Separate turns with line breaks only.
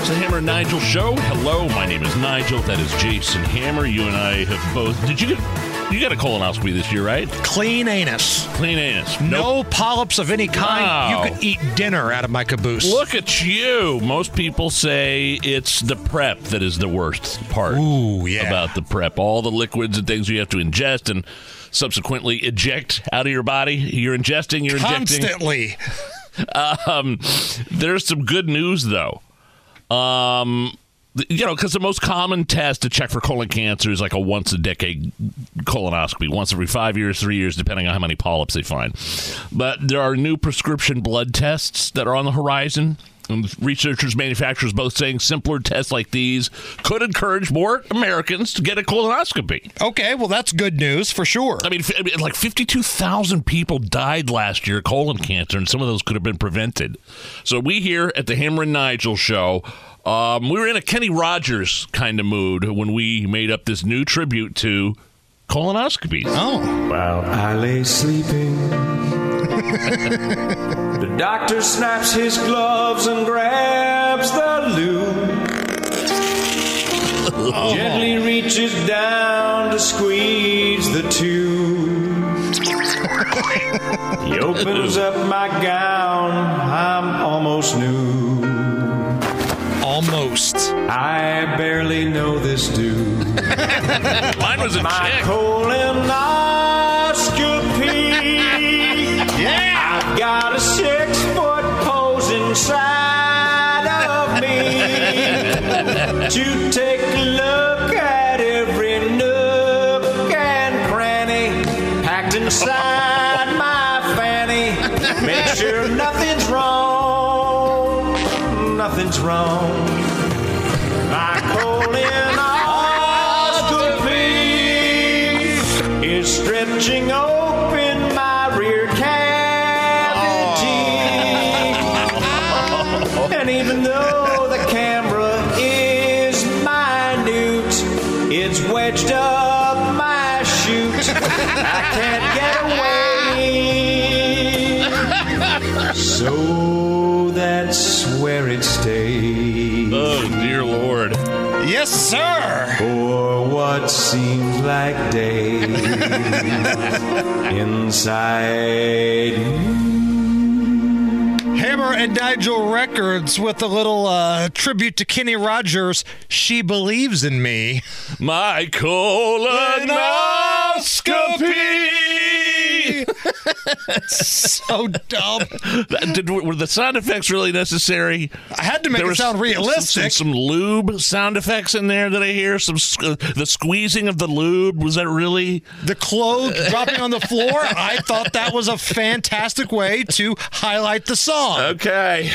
It's the Hammer and Nigel show. Hello, my name is Nigel. That is Jason Hammer. You and I have both. Did you get you got a colonoscopy this year, right?
Clean anus.
Clean anus.
No polyps of any kind.
Wow.
You could eat dinner out of my caboose.
Look at you. Most people say it's the prep that is the worst part.
Ooh, yeah.
About the prep, all the liquids and things you have to ingest and subsequently eject out of your body. You're ingesting. You're injecting.
Constantly.
Um, there's some good news though. Um, th- you know, because the most common test to check for colon cancer is like a once a decade colonoscopy, once every five years, three years, depending on how many polyps they find. But there are new prescription blood tests that are on the horizon. And researchers, manufacturers both saying simpler tests like these could encourage more Americans to get a colonoscopy.
Okay, well, that's good news for sure.
I mean, f- I mean, like 52,000 people died last year of colon cancer, and some of those could have been prevented. So we here at the Hammer and Nigel show, um, we were in a Kenny Rogers kind of mood when we made up this new tribute to colonoscopies.
oh,
While I lay sleeping, the doctor snaps his gloves and grabs the loo. Gently reaches down to squeeze the tube. he opens up my gown, I'm almost new.
almost.
I barely know this dude.
Mine was a
My
chick.
colonoscopy. yeah. I've got a six foot pose inside of me to take a look at every nook and cranny packed inside my fanny. Make sure nothing's wrong. Nothing's wrong. My colonoscopy is stretching open my rear cavity. And even though the camera is minute, it's wedged up my chute. I can't get away. So that's where it stays.
Oh, dear Lord.
Yes, sir.
For what seems like days inside
Hammer and Nigel Records with a little uh, tribute to Kenny Rogers. She believes in me.
My colonoscopy.
so Oh, dumb.
That- Did, were the sound effects really necessary?
I had to make it
was
sound
some-
realistic.
Some, some lube sound effects in there that I hear. Some squ- the squeezing of the lube was that really?
the clothes dropping on the floor. I thought that was a fantastic way to highlight the song.
Okay.